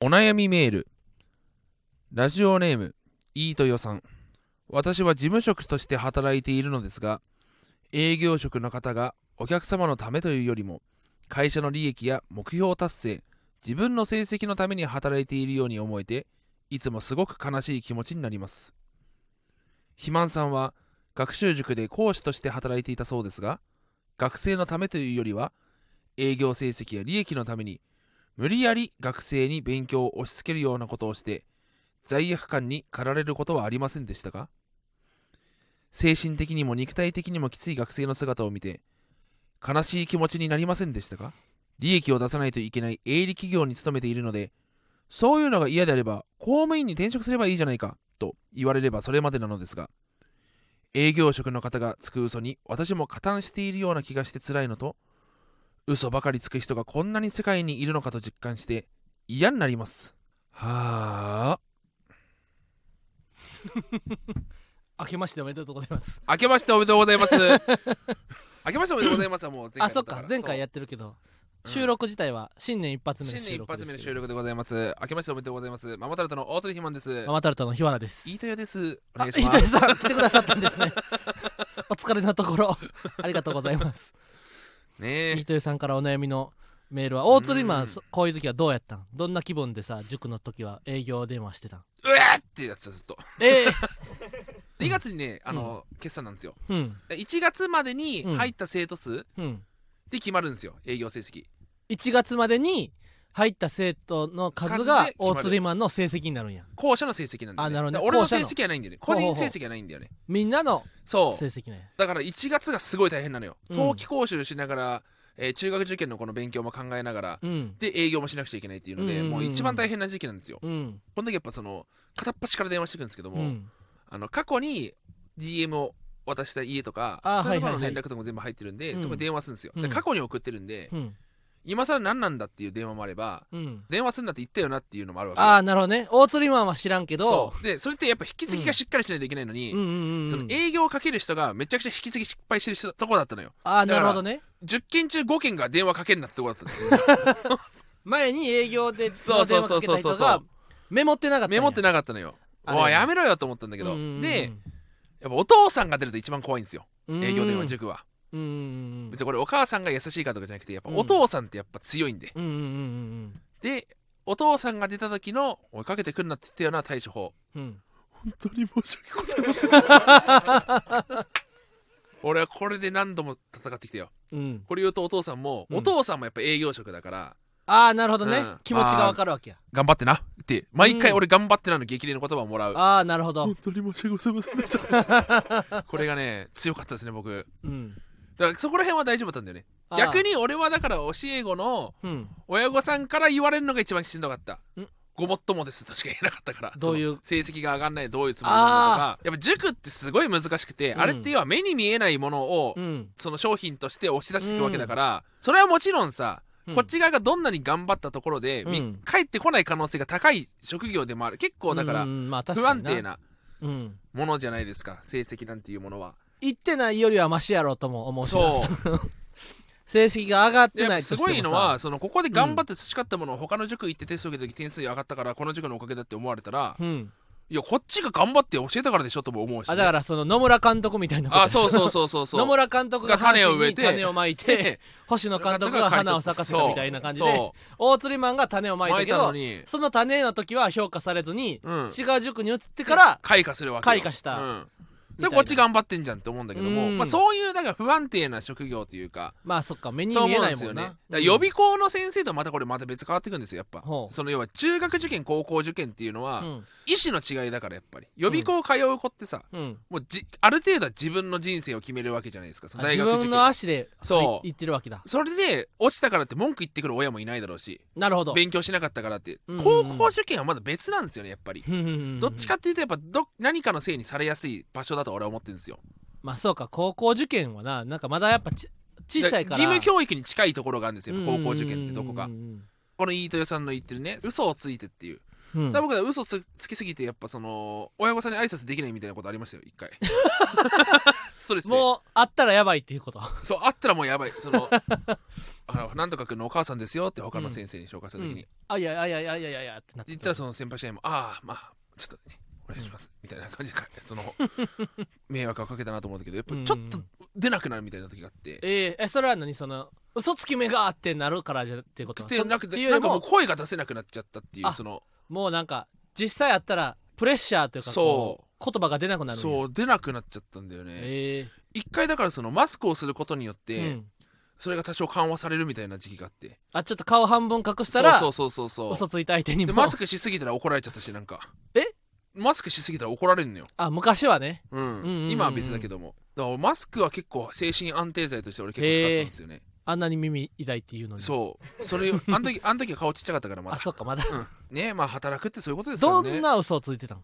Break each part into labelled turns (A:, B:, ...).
A: お悩みメールラジオネームいいとよさん私は事務職として働いているのですが営業職の方がお客様のためというよりも会社の利益や目標達成自分の成績のために働いているように思えていつもすごく悲しい気持ちになります肥満さんは学習塾で講師として働いていたそうですが学生のためというよりは営業成績や利益のために無理やり学生に勉強を押し付けるようなことをして罪悪感に駆られることはありませんでしたか精神的にも肉体的にもきつい学生の姿を見て悲しい気持ちになりませんでしたか利益を出さないといけない営利企業に勤めているのでそういうのが嫌であれば公務員に転職すればいいじゃないかと言われればそれまでなのですが営業職の方がつく嘘に私も加担しているような気がして辛いのと嘘ばかりつく人がこんなに世界にいるのかと実感して嫌になりますはあ
B: 明けましておめでとうございます。
A: 明けましておめでとうございます 明けましておめでとうございますはもう前回
B: あ、そっか、前回や
A: っ
B: ってるけど、
A: うん
B: 収録自体は新年一発目の
A: 新年
B: 収
A: 一
B: 録で
A: 発目
B: すけ
A: の
B: ど。
A: 収録でございます明けましておめでとうございますママタルトの大鳥ひまんです
B: ママタルトの日原です。
A: 飯豊ですお願
B: あ、伊
A: いします
B: 藤さん、来てくださったんですね。お疲れのところ、 ありがとうございます。伊
A: ねえ
B: 藤さんからお悩みのメールは、大釣りマ
A: うん
B: ン、そこういう時はどうやったんどんな気分でさ、塾の時は営業電話し てたん
A: うわーってやつずっと
B: ええ
A: 2月にねあの、決算なんですよ
B: うん、
A: 1月までに
B: うん
A: 入った生徒数
B: うん。
A: で決まるんですよ営業成績
B: 1月までに入った生徒の数
A: 数
B: が
A: で決まる
B: 大釣りマンの成績になるんや。
A: 校舎の成績なんで、ね、
B: あなるほどね
A: だから俺の
B: 校舎
A: 成
B: の
A: 績はないんだよね個
B: ほうほうほ
A: 人
B: う
A: 成績はないんだよね
B: みんなの
A: そう
B: 成績なんや。
A: だから1月がすごい大変なのよ
B: うん
A: 冬季講習しながら、えー中学受験のこの勉強も考えながら
B: うん。
A: で営業もしなくちゃいけないっていうので、
B: うんうんうん
A: もう一番大変な時期なんですよ
B: うん。
A: この時やっぱその片っ端から電話してくるんですけども、
B: うん。
A: あの過去に DM を渡した家とか
B: あー
A: そういうところ
B: はいは
A: の
B: いはい
A: 連絡とかも全部入ってるんで、
B: うん
A: そこに電話するんですよ、
B: う
A: で
B: ん
A: 過去に送ってるんで、
B: うん。
A: 今更何なんだっていう電話もあれば
B: うん。
A: 電話するんだって言ったよなっていうのもあるわけよ
B: ああ、なるほどね。大釣りマンは知らんけど
A: そ、うでそれってやっぱ引き継ぎがしっかりしないといけないのに、
B: うんうんうん
A: その営業をかける人がめちゃくちゃ引き継ぎ失敗してる人とこだったのよ
B: ああ、なるほどね。
A: 10件中5件が電話かけんなってとこだったんですよ
B: 前に営業で
A: そう
B: 電
A: そうそ
B: 話
A: う
B: かけ
A: そ
B: た
A: うそ
B: 人
A: う
B: がメモってなかったん
A: メ
B: や。
A: モってなかったのよ
B: あれ
A: おいやめろよと思ったんだけど
B: うんうんうん
A: で、やっぱお父さんが出ると一番怖いんですよ営業電話
B: 塾。
A: 塾は
B: うんうん
A: 別にこれお母さんが優しいかとかじゃなくてやっぱ
B: うん
A: お父さんってやっぱ強いんで
B: うん。うんうんうん
A: でお父さんが出た時の「追いかけてくんな」って言ったような対処法
B: うんうん。
A: 本当に申し訳ございませんでした俺はこれで何度も戦ってきたよ
B: うん。
A: これ言うとお父さんも、
B: うん
A: お父さんもやっぱ営業職だから
B: ああ、なるほど
A: う
B: ね
A: ん。
B: 気持ちがわかるわけや。
A: 頑張ってなって毎回
B: うん
A: 俺頑張ってなの激励の言葉をもらう、
B: ああ、なるほど。
A: 当に申し訳ございませんでしたこれがね強かったですね僕
B: うん。
A: だからそこら辺は大丈夫だったんだよね
B: あー
A: 逆。に俺はだから教え子の
B: うん。
A: 親御さんから言われるのが一番しんどかった
B: ん
A: ごもっともですとしか言えなかったから
B: どういう
A: その成績が上がんないどういうつもりなのかとかやっぱ塾ってすごい難しくて、
B: うん
A: あれっていうのは目に見えないものを、
B: うん。
A: その商品として押し出していくわけだから、それはもちろんさ
B: うん
A: こっち側がどんなに頑張ったところで、み
B: うん
A: 帰ってこない可能性が高い職業でもある結構だから
B: うんうんまあ確
A: 不
B: か
A: 安
B: に
A: 定。な
B: うん。
A: ものじゃないですか成績なんていうものは
B: 行ってないよりはマシやろうとも思うしな
A: そう
B: 成績が上がって
A: でやっ
B: な
A: ぱ
B: いとして
A: す
B: もさ
A: ごいのはそのここで頑張って培ったものを他の塾行ってテスト受けた時点数上がったからこの塾のおかげだって思われたら
B: うん、
A: いやこっちが頑張って教えたからでしょとも思うし、ね、
B: あだからその野村監督みたいなこと
A: あそうそうそう そうそう
B: 野村監督が
A: が種
B: 種
A: を
B: を
A: 植
B: 植
A: え
B: え
A: て
B: て種をま いて星野監督が花を咲かせたみたいな感じで大釣りマンが種をまい
A: 巻
B: た
A: い
B: け
A: たの
B: ど
A: に、
B: その種の時は評価されずに、
A: うん、
B: 違う塾に移ってから
A: 開花するわけよ
B: 開花した
A: うん、それ
B: みたいな
A: こっち頑張ってんじゃんって思うんだけども、
B: うん
A: まあ、そういうだから不安定な職業というか
B: まあそっか目に
A: と
B: 見
A: 思うん
B: え
A: で
B: ない
A: す
B: も
A: よ
B: ん
A: ねだ
B: な
A: から予備校の先生とまたこれまた別変わってくるんですよやっぱ
B: ほう
A: その要は中学受験高校受験っていうの
B: う
A: は
B: ん
A: 意思の違いだからやっぱり予備校通う子ってさ
B: うん
A: もうじある程度は自分の人生を決めるわけじゃないですかその
B: あ
A: 大
B: 自
A: 学受
B: 分の
A: 験
B: 足で
A: そう
B: い行ってるわけだ
A: それで落ちたからって文句言ってくる親もいないだろうし
B: なるほど
A: 勉強しなかったからって
B: うんうん
A: 高校受験はまだ別なんですよねやっぱりど
B: ど
A: っちかっていうとやっぱど何かのせいにされやすい場所だと俺は思ってるんですよ
B: まあそうか高校受験はななんかまだやっぱち小さいから
A: 義務教育に近いところがあるんですよ高校受験ってどこか
B: うんうんうんうん
A: この飯豊さんの言ってるね嘘をついてっていう
B: うん
A: 多分僕は嘘つつきすぎてやっぱその親御さんに挨拶できないみたいなことありましたよ一 回ストレスで
B: もうあったらやばいっていうこと
A: そうあったらもうやばいそのあのなんとかくんのお母さんですよって他の先生に紹介した時に、
B: うんあいやいやいやいやいやいやってなって
A: 言ったらその先輩社員も「ああまあちょっとねお願いします」みたいな感じでその迷惑をかけたなと思うんだけどやっぱ
B: うん
A: ちょっと出なくなるみたいな時があって。
B: えーえそれは何その嘘つき目があってなるからじゃっていうこと
A: で
B: そ
A: なく
B: ってい
A: て
B: うよ
A: な
B: り
A: んかもう
B: も
A: 声が出せなくなっちゃったっていう
B: あ
A: その
B: もうなんか実際あったらプレッシャーというか
A: そ
B: こう言葉が出なくなるんや
A: そう出なくなっちゃったんだよね
B: え
A: 一回だからそのマスクをすることによっ
B: え
A: て、
B: うん、
A: それが多少緩和されるみたいな時期があって
B: あちょっと顔半分隠したら
A: そうそうそうそうそ
B: 嘘ついた相手に
A: うで
B: も
A: マスクしすぎたら怒られちゃったしなんか
B: え
A: マスクしすぎたら怒られるのよ
B: あ昔はね
A: うん
B: うんうんうん
A: 今は別だけどもだから俺マスクは結構精神安定剤として俺結構使ってたんですよね
B: あんなに耳痛いっていうのに
A: そうそれあの時あの時は顔ちっちゃかったからま
B: あ
A: だ
B: そっかまだ
A: うんねまあ働くって そういうことですから
B: ど
A: ね
B: んな嘘をついてたの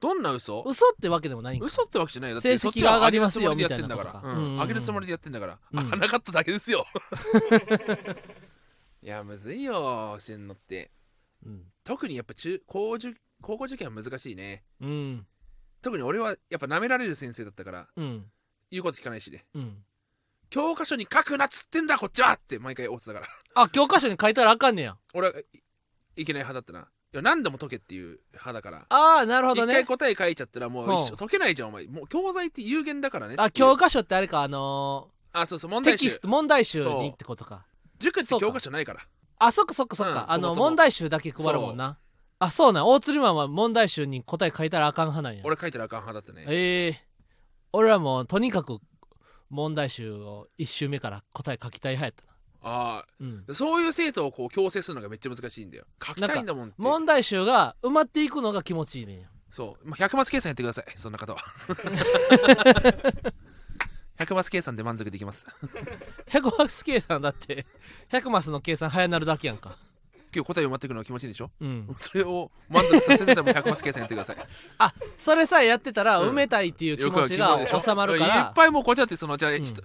A: どんな嘘
B: 嘘ってわけでもないんか
A: 嘘ってわけじゃないよだっ
B: 成
A: て
B: 績
A: そっちは
B: が上がりますよ
A: 上げるつもりでやってんだ
B: み
A: か
B: たいなこと
A: ら
B: か
A: う
B: うん
A: ん上げるつもりでやってんだから
B: うん
A: 上がらなかっただけですよいやむずいよ教えんのって
B: うん、
A: 特にやっぱ中高受高校受験は難しいね
B: うん
A: 特に俺はやっぱ舐められる先生だったから
B: うん
A: 言うこと聞かないしね
B: うん
A: 教科書に書くなっつってんだこっちはって毎回思ってたから
B: あ教科書に書いたらあかんねや
A: 俺はいいけない派だったないや何度も解けっていう派だから
B: ああなるほど
A: 一
B: ね
A: 回答え書いちゃったらもう一生解けないじゃんお前もう教材って有限だからね
B: あ教科書ってあれかあの
A: あそうそう問
B: ー、テ
A: 題
B: キ
A: 集
B: スト問題集
A: そう
B: にってことか
A: 塾って教科書ないから
B: あそっかそっかそっか、
A: うん
B: あ
A: そ
B: の
A: もそも
B: 問題集だけ配るもんなあそうなん大釣りマンは問題集に答え書いたらあかん派なんや
A: 俺書いたらあかん派だったね
B: ええ俺はもうとにかく問題集を1周目から答え書きたい派やったな
A: あ
B: うん
A: あそういう生徒をこう強制するのがめっちゃ難しいんだよ書きたいんだもんって
B: 問題集が埋まっていくのが気持ちいいねんや
A: そう、まあ、100マス計算やってくださいそんな 方は 100マス計算で満足できます
B: 100マス計算だって100マス の計算早なるだけやんか
A: 今日答え埋まってくるのが気持ちいいでしょ
B: うん
A: それを満足させるために100マス計算やってください
B: あそれさえやってたら
A: うん
B: 埋めたいっていう 気
A: よく
B: 持
A: は
B: ち
A: 気
B: が
A: 分でしょ
B: 収まるか
A: いっ
B: ら
A: ぱいもうこっちだってそのじゃあ、
B: ん
A: ちょっと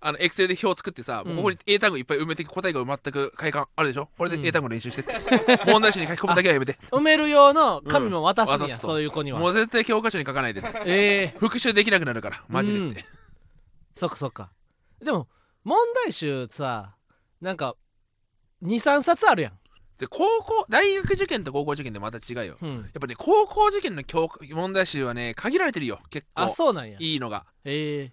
A: あのエクセルで表作ってさ、
B: うん
A: ここに英単語いっぱい埋めて答えが全く快感あるでしょこれ
B: うん
A: で英単語練習して、問題集に書き込むだけはや めて
B: 埋める用の紙も渡すん
A: うん
B: や
A: 渡すと
B: そういう子に
A: も
B: は
A: う絶対教科書に書かないでって
B: ええ
A: 復習できなくなるからマジでって、
B: そっかそっかでも問題集さなんか23冊あるやん、
A: で高校大学受験と高校受験でまた違うよ
B: うん、
A: やっぱね高校受験の教科問題集はね限られてるよ結
B: あ
A: 構
B: そうなんや
A: いいのが
B: ええ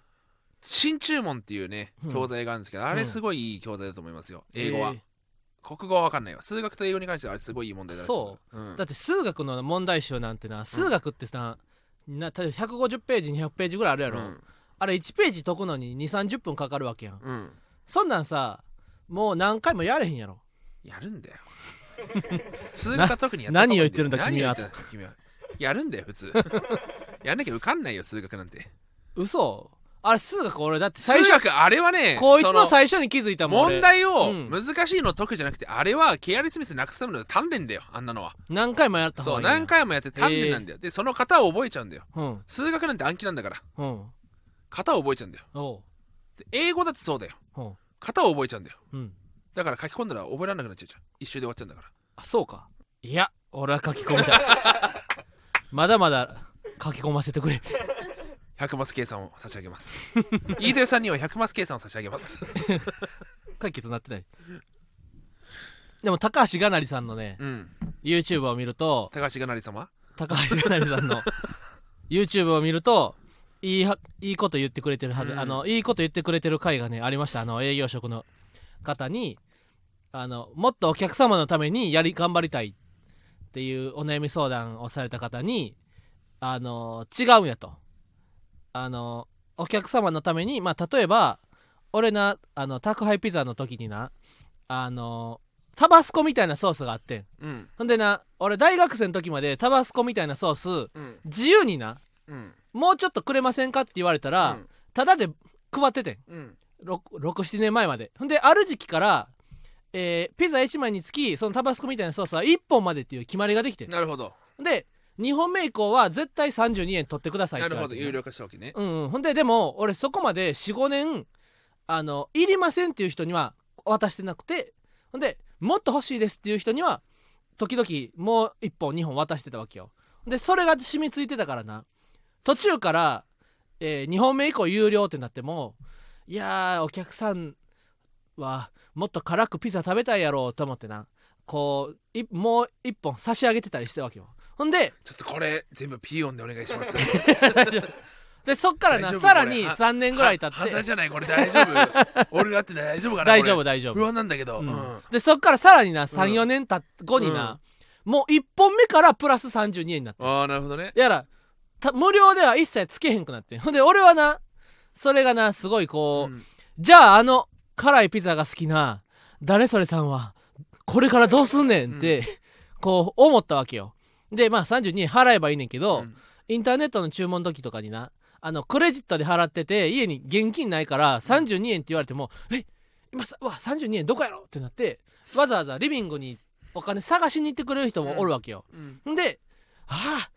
A: 新注文っていうね
B: うん
A: 教材があるんですけど、あれすごいいい教材だと思いますよ英語は、
B: え
A: 国語は分かんないわ数学と英語に関してはあれすごいいい問題だ、
B: そう
A: うん
B: え、だって数学の問題集なんてな数学ってさ、な例えば150ページ200ページぐらいあるやろ、
A: うん
B: あれ1ページ解くのに2 3 0分かかるわけやん
A: うん
B: そんなんさもう何回もやれへんやろ
A: やるん だよ数学は特にやった
B: 何を言ってるんだ
A: 方がいい
B: 君は
A: 何を言ってんだ君はやるんだよ普 通やんなきゃ受かんないよ数学なんて
B: 嘘あれ数学俺だって最
A: 数
B: 初
A: 学あれはね
B: こいつの
A: そ
B: 最初に気づいたもん俺
A: 問題を
B: うん
A: 難しいのを解くじゃなくて、あれはケアリスミスなくすための鍛錬だよあんなのは
B: 何回もやった方
A: そう
B: がいいんや
A: 何回もやって鍛錬なんだよ、でその型を覚えちゃうんだよ
B: うん
A: 数学なんて暗記なんだから
B: うん
A: 型を覚えちゃうんだよ
B: おう
A: で英語だってそうだよ
B: おう
A: 型を覚えちゃうんだよ
B: うん
A: だから書き込んだら覚えられなくなっちゃうじゃん一周で終わっちゃうんだから
B: あそうかいや俺は書き込みたい まだまだ書き込ませてくれ
A: 100マス計算を差し上げます 飯豊さんには100マス計算を差し上げます
B: 解決なってないでも高橋がなりさんのね
A: うん
B: YouTube を見ると
A: 高橋がなり様
B: 高橋がなりさんの YouTube を見るといいはいいこと言ってくれてるはず、
A: うん
B: あのいいこと言ってくれてる回がねありましたあの営業職の方にあのもっとお客様のためにやり頑張りたいっていうお悩み相談をされた方にあの違うんやとあのお客様のためにまあ例えば俺なあの宅配ピザの時になあのタバスコみたいなソースがあってん
A: うん
B: ほんでな俺大学生の時までタバスコみたいなソース
A: うん
B: 自由にな
A: うん
B: もうちょっとくれませんかって言われたら、ただで配っててん
A: うん
B: 67年前までほんである時期から、えーピザ1枚につきそのタバスコみたいなソースは1本までっていう決まりができてん
A: なるほど
B: で2本目以降は絶対32円取ってくださいっ
A: な
B: て
A: る
B: 言わ
A: ほ
B: れ
A: ど
B: てん
A: 有料化したわけね
B: うんうん、ほんででも俺そこまで45年あのいりませんっていう人には渡してなくてほんでもっと欲しいですっていう人には時々もう1本2本渡してたわけよでそれが染みついてたからな途中から、え2本目以降有料ってなってもいやーお客さんはもっと辛くピザ食べたいやろうと思ってなこういもう1本差し上げてたりしてたわけよほんで
A: ちょっとこれ全部ピー音でお願いします
B: でそっからな
A: 大丈夫
B: さらに
A: これは
B: 3年ぐらい経
A: 犯
B: って
A: 罪じゃないこれ大丈 夫俺だって大丈夫かな
B: 大丈
A: こ
B: 夫大丈
A: れ
B: 夫
A: 不安なんだけど、
B: う
A: うんん
B: でそっからさらにな
A: うん
B: 34年たっ後にな、もう1本目からプラス32円になって
A: ああなるほどね
B: やらた無料では一切つけへんくなってんほんで俺はなそれがなすごいこう、
A: うん
B: じゃああの辛いピザが好きな誰それさんはこれからどうすんねんって、こう思ったわけよでまあ32円払えばいいねんけど、
A: うん
B: インターネットの注文の時とかになあのクレジットで払ってて家に現金ないから32円って言われても「え今さうわ32円どこやろ?」ってなってわざわざリビングにお金探しに行ってくれる人もおるわけよ。
A: うん
B: んで「あ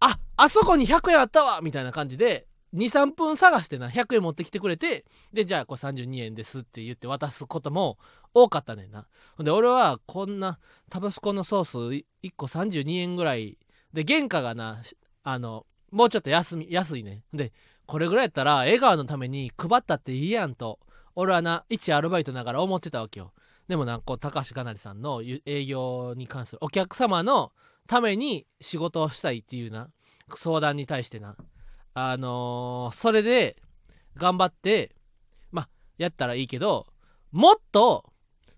B: あああそこに100円あったわ」みたいな感じで23分探してな100円持ってきてくれてでじゃあこう32円ですって言って渡すことも多かったねんな。ほんで俺はこんなタバスコのソース1個32円ぐらいで原価がなしあのもうちょっと安み安いねでこれぐらいやったら笑顔のために配ったっていいやんと俺はな一アルバイトながら思ってたわけよでもなこう高橋かなりさんのゆ営業に関するお客様のために仕事をしたいっていうな相談に対してなあのーそれで頑張ってまあやったらいいけどもっと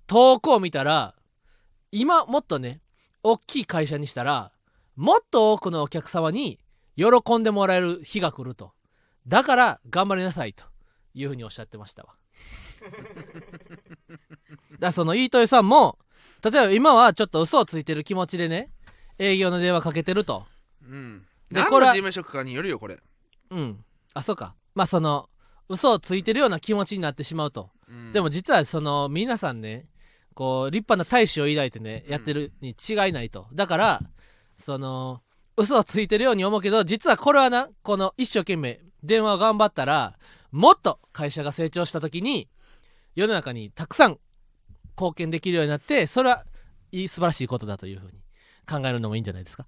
B: 遠くを見たら今もっとね大きい会社にしたらもっと多くのお客様に喜んでもらえる日が来るとだから頑張りなさいというふうにおっしゃってましたわだからその飯豊さんも例えば今はちょっと嘘をついてる気持ちでね営業の電話かけてると
A: うん、
B: で
A: 何
B: こ
A: の
B: れ
A: 事
B: は
A: 務職かによるよこれ、
B: うんあそうかまあその嘘をついてるような気持ちになってしまうと
A: うん
B: でも実はその皆さんねこう立派な大使を抱いてね
A: うん
B: やってるに違いないとだからその嘘をついてるように思うけど実はこれはなこの一生懸命電話を頑張ったらもっと会社が成長した時に世の中にたくさん貢献できるようになってそれはいい素晴らしいことだというふうに考えるのもいいんじゃないですか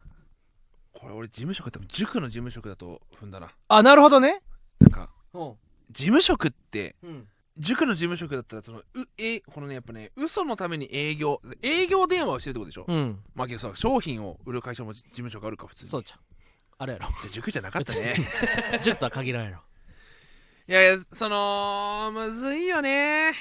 A: これ俺事務職多分塾の事務職だと踏んだな
B: あなるほどね
A: なんか
B: うん
A: 事務職って
B: うん
A: 塾の事務職だったらそのうえこのねやっぱね嘘のために営業営業電話をしてるってことでしょ、
B: うん
A: まあけどさ商品を売る会社も事務職あるか普通に
B: そうじゃんあれやろ
A: じゃあ塾じゃなかったね
B: ちょっとは限らんやろ
A: いやいやそのむずいよね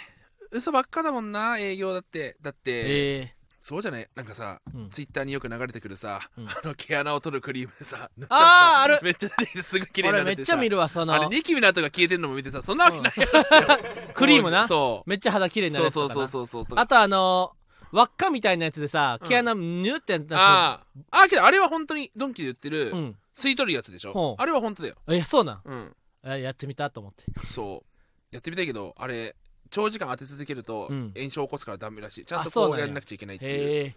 A: 嘘ばっかだもんな営業だってだって、
B: ええ
A: そうじゃないなんかさ
B: うん
A: ツイッターによく流れてくるさ、
B: うん
A: あの毛穴を取るクリームでさ塗ったらさ
B: あーある
A: めっちゃ出てきてすぐ綺麗にな
B: 俺
A: る
B: め
A: っ
B: ってちゃ
A: さ
B: 見るわその
A: あれニキビの跡が消えてんのも見てさそんなわけない よ
B: クリームな
A: そう
B: めっちゃ肌綺麗になる
A: そう
B: やつ
A: そ
B: と
A: う
B: か
A: そう
B: な
A: そうそうとか
B: あとあのー輪っかみたいなやつでさ
A: うん
B: 毛穴ニュってやった
A: あーあーけどあれは本当にドンキで売ってる、
B: やつうん
A: 吸い取るやつでし
B: ほ
A: ょ
B: う
A: あれは本当だよ
B: いやそうなん
A: うん
B: あやってみたと思って
A: そうやってみたいけどあれ長時間当て続けると
B: うん
A: 炎症を起こすからダメらしいちゃん
B: あ
A: と
B: そう
A: こ
B: なん
A: う
B: や
A: やんなくちゃいけないっていう
B: へえ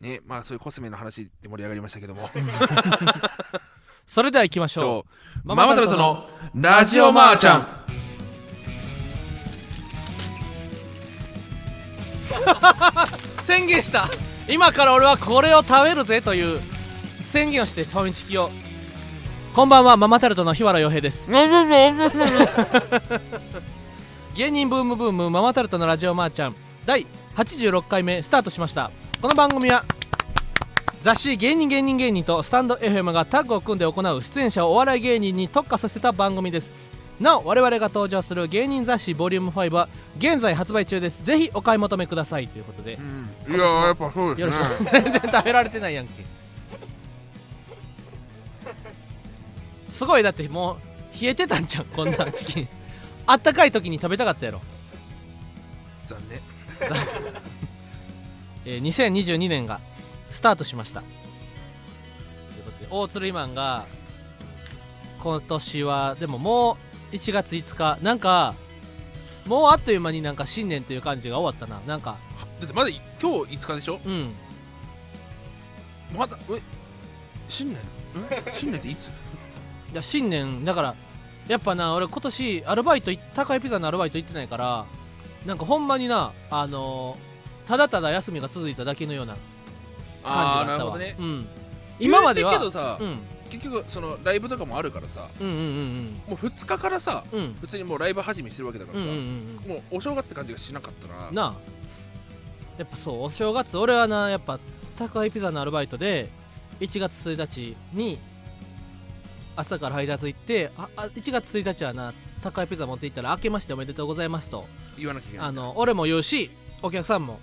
A: ねまあそういうコスメの話で盛り上がりましたけど も
B: それでは行きまし
A: そ
B: ょ
A: う
B: マ
A: マ
B: マ
A: マタ
B: タル
A: ル
B: ト
A: ト
B: の
A: のラジオマーちゃん
B: う宣言した今から俺はこれを食べるぜという宣言をしてトミチキをこんばんはママタルトの日原洋平です芸人ブームブームママタルトのラジオマーちゃん第86回目スタートしましたこの番組は雑誌「芸人芸人芸人」とスタンド FM がタッグを組んで行う出演者をお笑い芸人に特化させた番組ですなお我々が登場する芸人雑誌 Vol.5 は現在発売中ですぜひお買い求めくださいということで
A: いややっぱそう
B: よろしくお願いします全然食べられてないやんけすごいだってもう冷えてたんじゃんこんなんチキンあったかい時に食べたかったやろ
A: 残念
B: えー2022年がスタートしましたということで大鶴イマンが今年はでももう1月5日なんかもうあっという間になんか新年という感じが終わったななんか
A: だってまだ今日5日でしょ
B: うん
A: まだえ新年ん新年っていつ
B: いや新年だからやっぱな俺今年アルバイト行高いピザのアルバイト行ってないからなんかほんまになあのーただただ休みが続いただけのような 感じだ
A: あーなる
B: った
A: ほ
B: わ、
A: どね
B: うん、今までは
A: 言うてっけどさ、
B: うん、
A: 結局そのライブとかもあるからさ
B: うんうん
A: もう2日からさ
B: うんうんうん
A: 普通にもうライブ始めしてるわけだか
B: う
A: ら
B: ん
A: さ、
B: うんうん
A: もうお正月って感じがしなかったな
B: うんなあやっぱそうお正月俺はなやっぱ宅配ピザのアルバイトで1月1日に朝から配達行ってああ1月1日はな宅配ピザ持って行ったら「明けましておめでとうございます」と
A: 言わなきゃいけない
B: あの俺も言うしお客さんも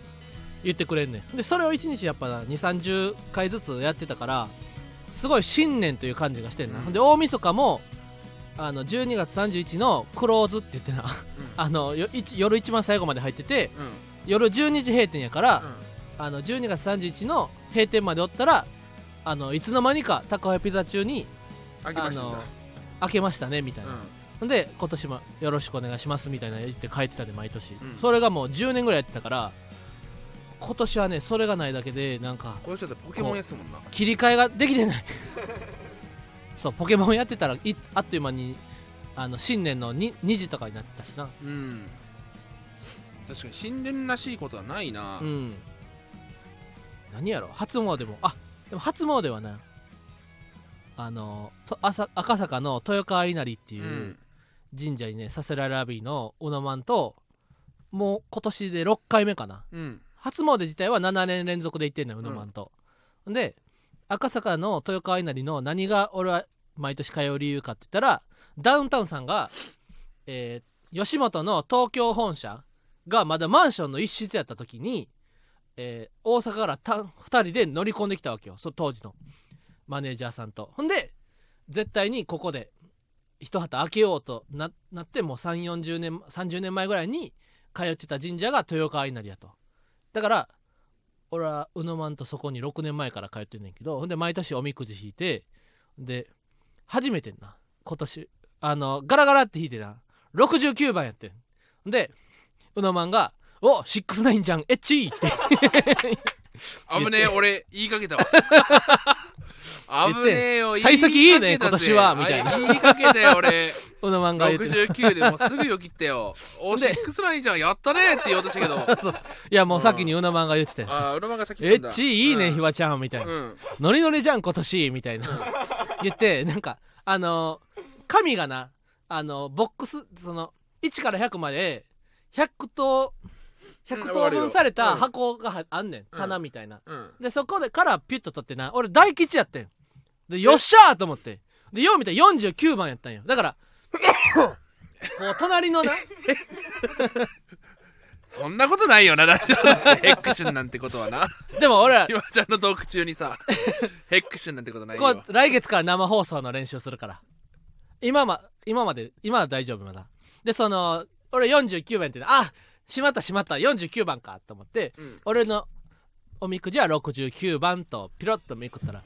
B: 言ってくれんねんでそれを1日やっぱ2 3 0回ずつやってたからすごい新年という感じがしてんな、
A: うん
B: で大晦日もあの12月31のクローズって言って
A: う
B: な
A: ん
B: あのよ一夜一番最後まで入ってて
A: うん
B: 夜12時閉店やから、あの12月31の閉店までおったらあのいつの間にか宅配ピザ中に
A: あげましたね
B: あの開けましたねみたいな、
A: う
B: で今年もよろしくお願いしますみたいな言って書いてたで毎年、
A: うん
B: それがもう10年ぐらいやってたから今年はねそれがないだけでなんか
A: んこの人だってポケモンやってたもんな
B: 切り替えができ てないそうポケモンやってたらいあっという間にあの新年の 2, 2時とかになったしな
A: うん確かに新年らしいことはないな、
B: うん何やろ初詣もあでも初詣はなあのと朝赤坂の豊川稲荷っていうう、
A: ん
B: 神社にねさせらラビーのオノマンともう今年で6回目かな
A: うん
B: 初詣自体は7年連続で行ってんのよオノマンと、で赤坂の豊川稲荷の何が俺は毎年通う理由かって言ったらダウンタウンさんが、えー吉本の東京本社がまだマンションの一室やった時に、えー大阪からた2人で乗り込んできたわけよそ当時のマネージャーさんとほんで絶対にここで一旗開けようとななってもう3 4 0年30年前ぐらいに通ってた神社が豊川稲荷やとだから俺はうのまんとそこに6年前から通ってんねんけどほんで毎年おみくじ引いてで初めてんな今年あのガラガラって引いてな69番やってんほんでうのまんが「おシックスナインじゃんエッチー!」って
A: 危ねえ俺言いかけ たわ
B: 言っ
A: 危ねえよ
B: て幸先いいね
A: 言かけたぜ
B: 今年はみたいな
A: あ言いかけたよ 俺
B: うのまんが言ってな
A: 69でもうすぐよ切ったよ おシ
B: で
A: ックスラインじゃんやったねって言おうとした けど
B: そうそういやもう先にうのまんが言ってたやつ
A: あーうのまんが先
B: エッチいいね、ひ
A: わ
B: わちゃんみたいな、
A: うん
B: ノリノリじゃん今年みたいな言ってなんかあの神がなあのボックスその1から100まで100等100等分された箱がはあんねん、棚みたいな
A: うん
B: でそこでからピュッと取ってな俺大吉やってんでよっしゃーと思ってでよう見たら49番やったんよだから こう隣のな
A: そんなことないよな ラジオだってヘックシュンなんてことは な
B: でも俺ら
A: ひわちゃんのトーク中にさヘックシュンなんてことない
B: こ
A: よ
B: う来月から生放送の練習するから今ま今まで今は大丈夫まだでその俺49番ってあしまったしまった49番かと思って
A: うん
B: 俺のおみくじは69番とピロッとめくったら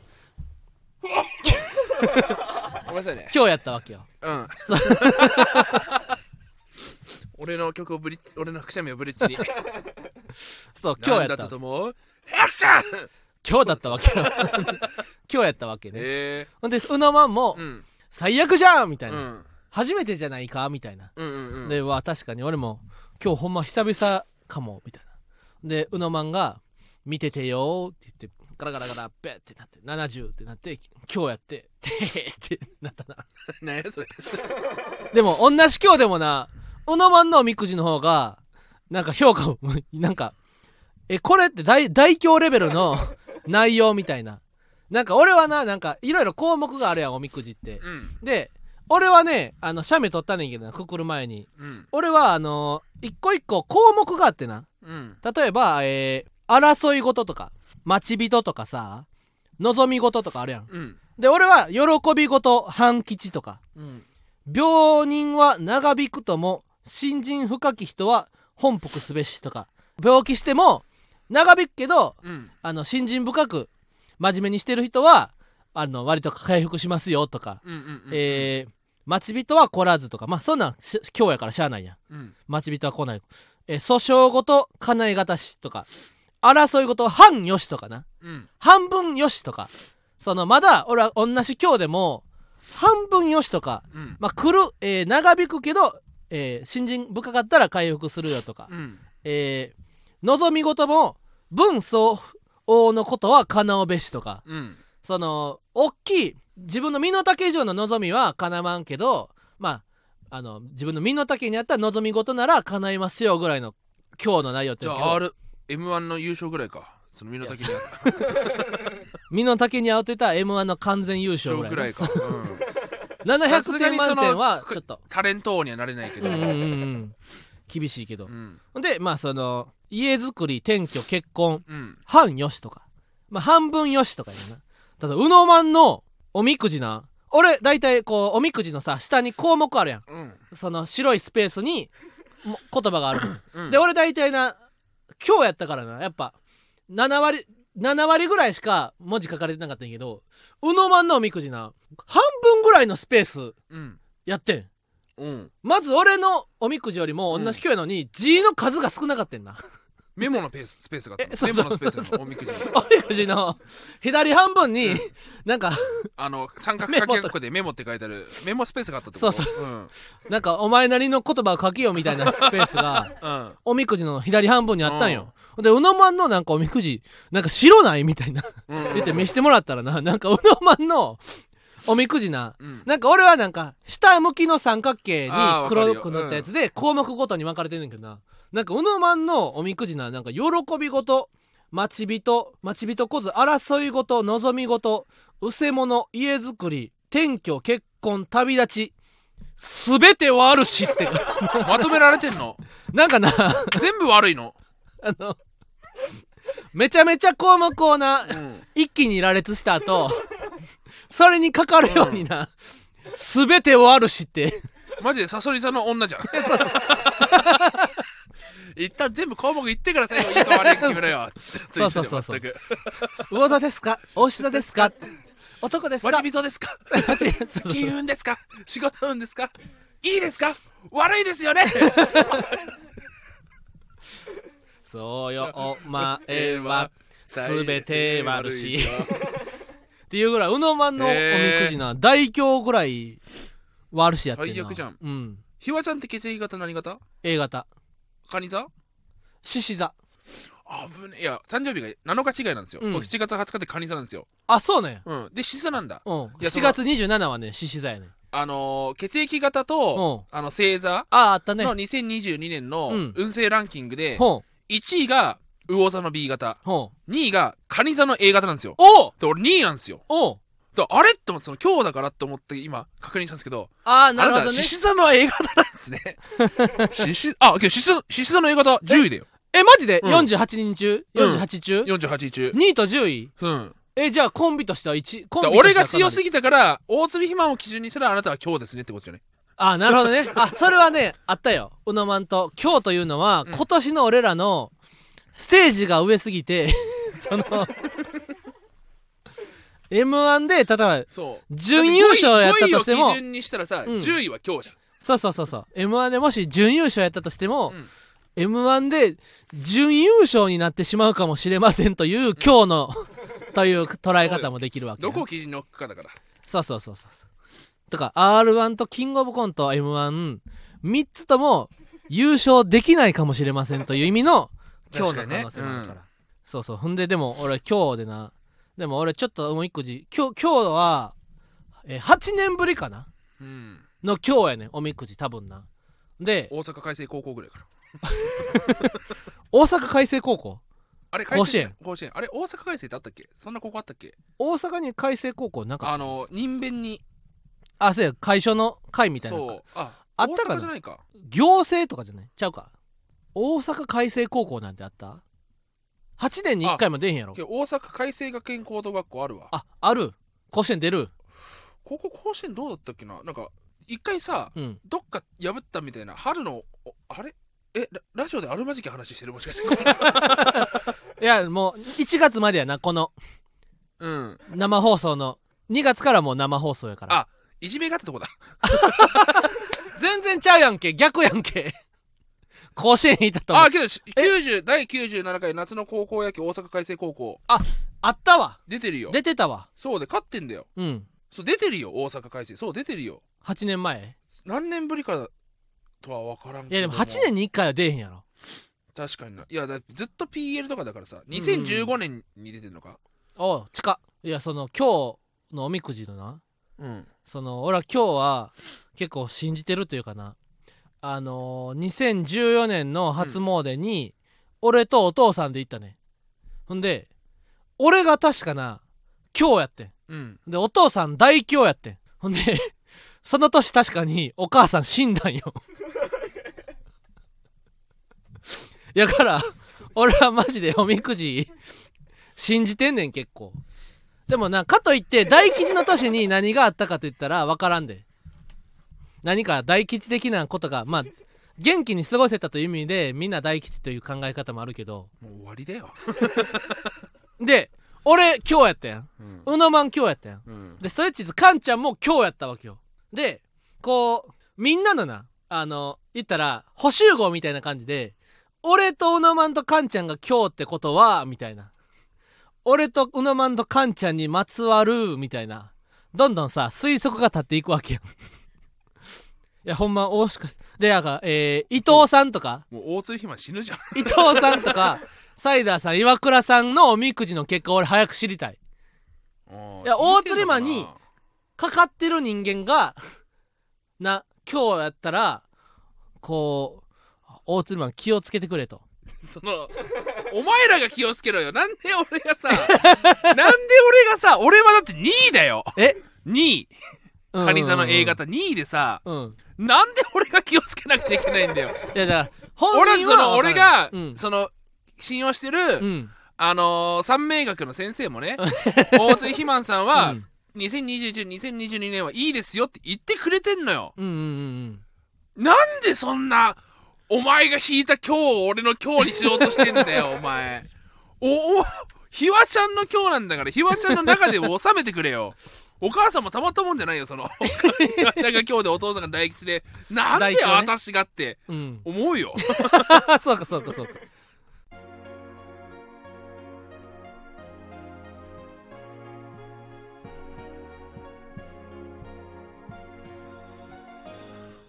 A: ごめんなさいね
B: 今日やったわけよ
A: うん
B: そう
A: 俺の曲をブリッジ俺のくしゃみをブリッジに
B: そう今日
A: 何
B: や
A: だっ
B: っ
A: たたと思うヘックシュン
B: 今日だったわけよ 今日やったわけね
A: へえ
B: ほんでうのまんも
A: うん
B: 「最悪じゃん!」みた
A: う
B: いな、
A: ん
B: 初めてじゃないかみたいな
A: うんうんうん
B: では確かに俺も今日ほんま久々かもみたいなでうのまんが「見ててよ」って言ってガラガラガラベってなって70ってなって今日やっててへへってなったな
A: 何やそれ
B: でも同じ今日でもなうのまんのおみくじの方がなんか評価も なんかえこれって大大凶レベル の内容みたいななんか俺はななんかいろいろ項目があるやんおみくじって
A: うん
B: で俺はねあの写メ撮ったねんけどなくくる前に
A: うん
B: 俺はあのー一個一個項目があってな
A: うん
B: 例えば、えー争い事とか待ち人とかさ望み事とかあるやん
A: うん
B: で俺は喜び事半吉とか
A: うん
B: 病人は長引くとも新人深き人は本服すべしとか病気しても長引くけど
A: うん
B: あの新人深く真面目にしてる人はあの割と回復しますよとか、
A: うんうん
B: えー待ち人は来らずとかまあそんなんし今日やからしゃあないやん
A: うん
B: 待ち人は来ない。えー、訴訟ごと叶えがたしとか、争いごと半よしとかな。
A: うん
B: 半分よしとか。その、まだ俺は同じ今日でも、半分よしとか、
A: うん
B: まあ、来る、えー長引くけど、えー新人深かったら回復するよとか、
A: うん
B: えー望み事も、分相王のことは叶うべしとか
A: うん
B: その大きい自分の身の丈以上の望みは叶わんけどまああの自分の身の丈にあった望み事なら叶いますよぐらいの今日の内容って
A: じ
B: 言
A: ゃ
B: うけど
A: あ R M1 の優勝ぐらいかその身の丈にあった
B: 身の丈に合うてた m 1の完全優勝
A: 優
B: ぐら
A: 勝
B: い
A: ぐらいか、うんさす
B: 700
A: が
B: 点
A: にそ
B: 満
A: の
B: 点はちょっと
A: タレント王にはなれないけ
B: う
A: ど
B: んうんうんうん厳しいけど
A: う、ん
B: でまあその家づくり転居結婚
A: うん
B: 半よしとか、まあ、半分よしとかやなただうのまんのおみくじな俺大体こうおみくじのさ下に項目あるやん
A: うん
B: その白いスペースにも言葉がある
A: うん
B: で俺大体な今日やったからなやっぱ7割7割ぐらいしか文字書かれてなかったんやけどうのまんのおみくじな半分ぐらいのスペース
A: うん
B: やってん
A: うん
B: まず俺のおみくじよりも同じ今日やのに字の数が少なかったんな
A: メモのペーススペースがあっ
B: え
A: た
B: そう
A: のメモ
B: そう
A: のスペースのおみくじ
B: おみくじの左半分になんか
A: あ の三角掛けっこでメモって書いてあるメモスペースがあったってこと
B: そう
A: そう、ん
B: なんかお前なりの言葉を書けよみたいなスペースが
A: うん、
B: おみくじの左半分にあったんよでうのまんのなんかおみくじなんか白ないみたいな
A: うん
B: 出て見してもらったらななんかうのまんのおみくじな
A: うん
B: なんか俺はなんか下向きの三角形に
A: あーわかるよ
B: 黒く塗ったやつで項目ごとに分かれてんねんけどななんかうのまんのおみくじななんか喜びごと待ち人待ち人こず争いごと望みごとうせもの家づくり転居結婚旅立ちすべてはあるしって
A: まとめられてんの
B: なんかな
A: 全部悪いの、
B: あのめちゃめちゃ項目をな
A: うん、
B: 一気に羅列した後それにかかるようにな、全てをあるしって
A: マジでサソリ座の女じゃん
B: そうそう
A: 一旦全部項目言ってから最後いいか悪いか決めろよ
B: そうそうそうそう
A: 全く
B: 魚座で すか大志座ですか男ですか
A: 待ち人です か金運ですか仕事運ですかいいですか悪いですよね
B: そうよお前は 全てはあるしっていうぐらいうのまんのおみくじな大凶ぐらいはあるしやってんな
A: 最悪じゃん
B: うん
A: ひわちゃんって血液型何型
B: A 型
A: カニ座
B: 獅子座
A: 危ねえいや誕生日が7日違いなんですよ、
B: うん
A: 僕7月20日でカニ座なんですよ、
B: あそうね
A: うん、で獅子座なんだ
B: うん
A: いやそ
B: 7
A: の
B: 月27はね獅子座やね
A: あのー血液型とあの星座
B: あああったね
A: の2022年の
B: うん
A: 運勢ランキングで
B: ほう
A: 1位が魚座の B 型
B: ほう
A: 2位がカニ座の A 型なんですよ
B: おう
A: で俺2位なんですよ
B: おう
A: だからあれって思ってその今日だからって思って今確認したんですけ ど
B: ああなるほ
A: あ
B: ど
A: な
B: ね
A: た獅子座の A 型なんですね 獅子あけど獅子獅子座の A 型10位だよ
B: えマジで、
A: うん
B: 48人中
A: うん
B: 48中、
A: 48位中
B: 2位と10位
A: うん
B: えじゃあコンビとしては1コ
A: だか
B: ン
A: ら俺
B: ビとしては
A: が強すぎたから大鶴ひまんを基準にしたらあなたは今日ですねってことじゃね
B: あなるほどねあそれはねあったようのまんと今日というのは、
A: うん
B: 今年の俺らのステージが上すぎて その m 1で例えば
A: そう
B: 準優勝やったとして
A: 5位を
B: も
A: 基準にしたらさ、
B: うん
A: 10位は今日じゃん
B: そうそうそうそう m 1でもし準優勝やったとしても、
A: うん
B: m 1で準優勝になってしまうかもしれませんという今日のという捉え方もできるわけね
A: どこを基準に置くかだから
B: そうそうそうそう。とか R1 とキングオブコント M13 つとも優勝できないかもしれませんという意味の今日の可能性もあるか ら。
A: 確かにね
B: そうそう。ほんででも俺今日でな。でも俺ちょっともう一個じ今日今日はえー8年ぶりかな
A: うん
B: の今日やねんおみくじ多分な。で
A: 大阪海星高校ぐらいから
B: 大阪海星高校
A: あれ
B: 甲子園
A: 海星甲子園あれ大阪海星ってあったっけそんな高校あったっけ
B: 大阪に海星高校なんか
A: あの人弁に
B: あそうや会所の会みたいな
A: そうあ
B: あったかな
A: 大阪じゃないか
B: 行政とかじゃないちゃうか大阪海星高校なんてあった8年に1回も出へんやろ
A: けど大阪海星学園高等学校あるわ
B: あある甲子園出る
A: 高校甲子園どうだったっけななんか一回さ
B: うん
A: どっか破ったみたいな春のおあれえララジオであるまじき話してるもしかして
B: いやもう1月までやなこの
A: うん
B: 生放送の2月からもう生放送やから
A: あいじめがあったとこだ
B: 全然ちゃうやんけ逆やんけ 甲子園行ったと思
A: あ
B: う
A: けどし90第97回夏の高校野球大阪海星高校
B: あったわ
A: 出てるよ
B: 出てたわ
A: そうで勝ってんだよ
B: うん
A: そう出てるよ大阪海星そう出てるよ
B: 8年前
A: 何年ぶりかとは分からんけど
B: いやでも8年に1回は出えへんやろ
A: 確かにないやだってずっと PL とかだからさ2015年に出てんのか
B: おう近っいやその今日のおみくじのな
A: うん
B: その俺は今日は結構信じてるというかなあのー、2014年の初詣に、俺とお父さんで行ったねほんで俺が確かな今日やってん
A: うん
B: でお父さん大凶やってんほんで その年確かにお母さん死んだんよ やから俺はマジでおみくじ信じてんねん結構でもなかといって大吉の年に何があったかと言ったら分からんで何か大吉的なことがまあ元気に過ごせたという意味でみんな大吉という考え方もあるけど
A: もう終わりだよ、
B: で俺今日やったやん
A: うん
B: うのまん今日やったやん
A: うん
B: でそれちずカンちゃんも今日やったわけよでこうみんなのなあの言ったら補集合みたいな感じで俺とうのまんとカンちゃんが今日ってことはみたいな俺とうのまんとカンちゃんにまつわるみたいなどんどんさ推測が立っていくわけよ いやほんまおしかしでなんか、えー伊藤さんとか
A: もう大鶴ひま死ぬじゃん
B: 伊藤さんとかサイダーさん岩倉さんのおみくじの結果俺早く知りたい
A: あー
B: い
A: 聞てんの
B: や
A: かな
B: 大鶴間にかかってる人間がな今日やったらこう大鶴マン気をつけてくれと
A: そのお前らが気をつけろよなんで俺がさ なんで俺がさ俺はだって2位だよ
B: え
A: 2位カニ座の A 型2位でさ
B: うん、うん、
A: なんで俺が気をつけなくちゃいけないんだよ
B: いやだから本
A: 俺は
B: 人
A: そ
B: は
A: の俺
B: 分から
A: が、
B: んうん、
A: その信用してる、
B: うん
A: あのー、三名学の先生も ね大津ひまんさんは、
B: うん
A: 20212022年はいいですよって言ってくれてんのよ
B: うんうんうん
A: なんでそんなお前が引いた今日を俺の今日にしようとしてんだ よお前おおひわちゃんの今日なんだからひわちゃんの中で収めてくれよお母さんもたまったもんじゃないよそ のひわちゃんが今日でお父さんが大吉でなん
B: 大
A: で
B: 吉をね
A: 私がって
B: うん うん
A: 思うよ
B: そうかそうかそうか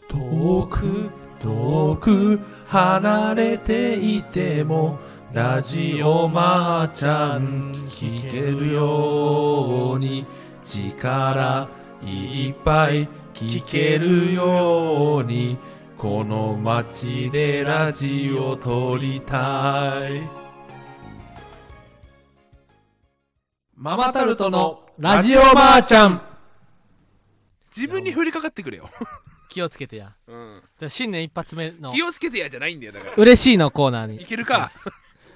A: 遠く遠く離れていてもラジオまーちゃん聞けるように力いっぱい聞けるようにこの街でラジオ撮りたいママタルトの
B: ラジオばあちゃん
A: 自分に降りかかってくれよ、
B: 気をつけてやだか
A: うん、
B: ら新年一発目の
A: 気をつけてやじゃないんだよだから
B: 嬉しいのコーナー
A: い
B: に
A: けるか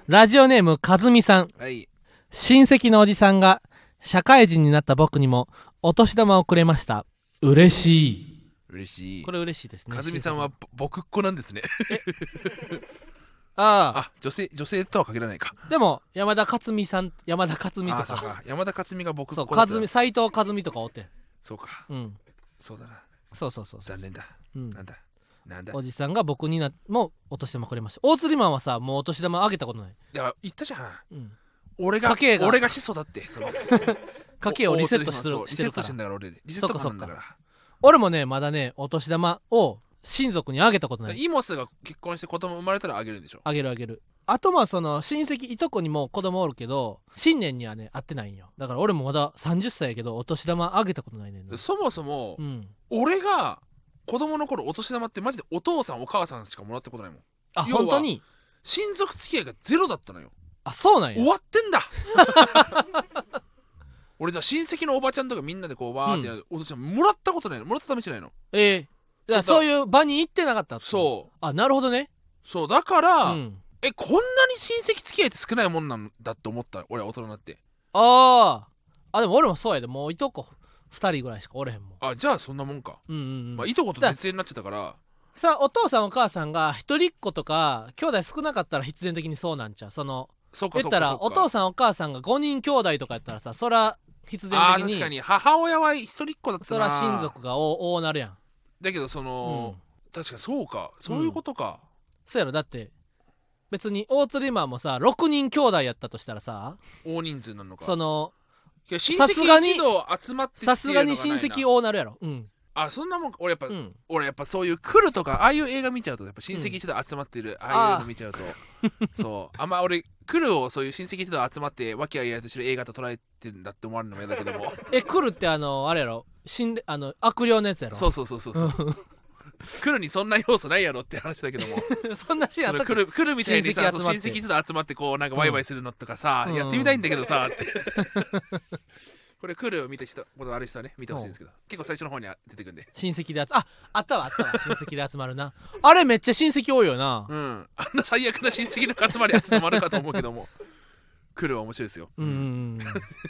B: ラジオネームかずみさん
A: はい
B: 親戚のおじさんが社会人になった僕にもお年玉をくれました嬉しい
A: 嬉しい
B: これ嬉しいですね
A: かずみさんはぼ僕っ子なんですね
B: あ
A: あ女性女性とは限らないか
B: あでも山田勝美さん山田勝美と
A: あそう
B: か
A: か山田勝美が僕っ
B: そ
A: 子
B: う
A: だ
B: か
A: った
B: ずみ斎藤和美とかおってん
A: そうか
B: うん
A: そうだな
B: そうそうそうそ
A: 残念だ
B: う、うん
A: な、んだなんだ
B: おじさんが僕になもお年玉くれました大釣りマンはさもうお年玉あげたことない、
A: いや言ったじゃん
B: うん、
A: 俺が
B: 家計が
A: 俺が始祖だってその
B: 家計をリセットす
A: そう
B: る
A: リ
B: し
A: セ
B: て
A: ッ
B: る
A: ト
B: か
A: して
B: ら
A: んだから俺リセットなんだから
B: 俺もねまだねお年玉を親族にあげたこと
A: だ
B: な
A: から
B: い
A: イモスが結婚して子供生まれたらあげるんでしょ
B: あげるあげるあとまあその親戚いとこにも子供おるけど新年にはね会ってないんよだから俺もまだ30歳やけどお年玉あげたことないねんな
A: そもそも
B: うん
A: 俺が子供の頃お年玉ってマジでお父さんお母さんしかもらったことないもん
B: あ
A: 要は
B: 本当に
A: 親族付き合いがゼロだったのよ
B: あそうなん
A: 終
B: や
A: わってんだ 俺じゃ親戚のおばちゃんとかみんなでこうわーってやるお年玉もらったことないのもらったためしないの
B: ええだからそういう場に行ってなかったって
A: そう
B: あなるほどね
A: そうだから、
B: うん
A: えこんなに親戚付き合いって少ないもんなんだって思った俺は大人になって
B: あーあでも俺もそうやでもういとこ2人ぐらいしかおれへんもん
A: あじゃあそんなもんか、
B: うんうん、
A: まあ、
B: うん、
A: いとこと絶縁になっちゃったから
B: さあお父さんお母さんが一人っ子とか兄弟少なかったら必然的にそうなんちゃうその
A: そっか
B: 言っ
A: そったかそ
B: ら
A: っか
B: お父さんお母さんが5人兄弟とかやったらさそら必然
A: あー
B: 的
A: 確か
B: に
A: に母親は一人っ子だった
B: そ
A: な
B: ら親族がおおなるやん、
A: だけどそ
B: うん
A: の、、確かそうかそういうことか、
B: そうやろだって別に大釣りマンもさ6人兄弟やったとしたらさ
A: 大人数なのか
B: その
A: いや親
B: さすが
A: 戚
B: に
A: 一同集まってっていうのがないな
B: さすがに親戚おおなるやろうん
A: あそんなもん俺やっぱ、
B: うん
A: 俺やっぱそういう来るとかああいう映画見ちゃうとやっぱ親戚一同集まってる、ああいうの見ちゃうとそうあんま俺来るをそういう親戚一同集まってわきあいあいとしてる映画と捉えてんだって思われるのも嫌だけ ども
B: え来るってあのあれやろ死んであの悪霊のやつやろ
A: そうそうそうそうそう来るにそんな要素ないやろって話だけど も
B: そんなシーンあ
A: そ
B: っ
A: の
B: たっけ
A: 来る来るみたいにさ
B: 親
A: 親
B: 戚集まって
A: 戚一同集まってこうなんかワイワイするのとかさ、
B: うん
A: やってみたいんだけどさ、 ってこれ来るを見た人ことある人はね見てほしいんですけど結構最初の方に出てくるんで
B: 親戚で集ああったわあったわ親戚で集まるなあれめっちゃ親戚多いよな
A: うんあんな最悪な親戚の集まりあってたまるかと思うけども来るは面白いですよ、
B: うんうん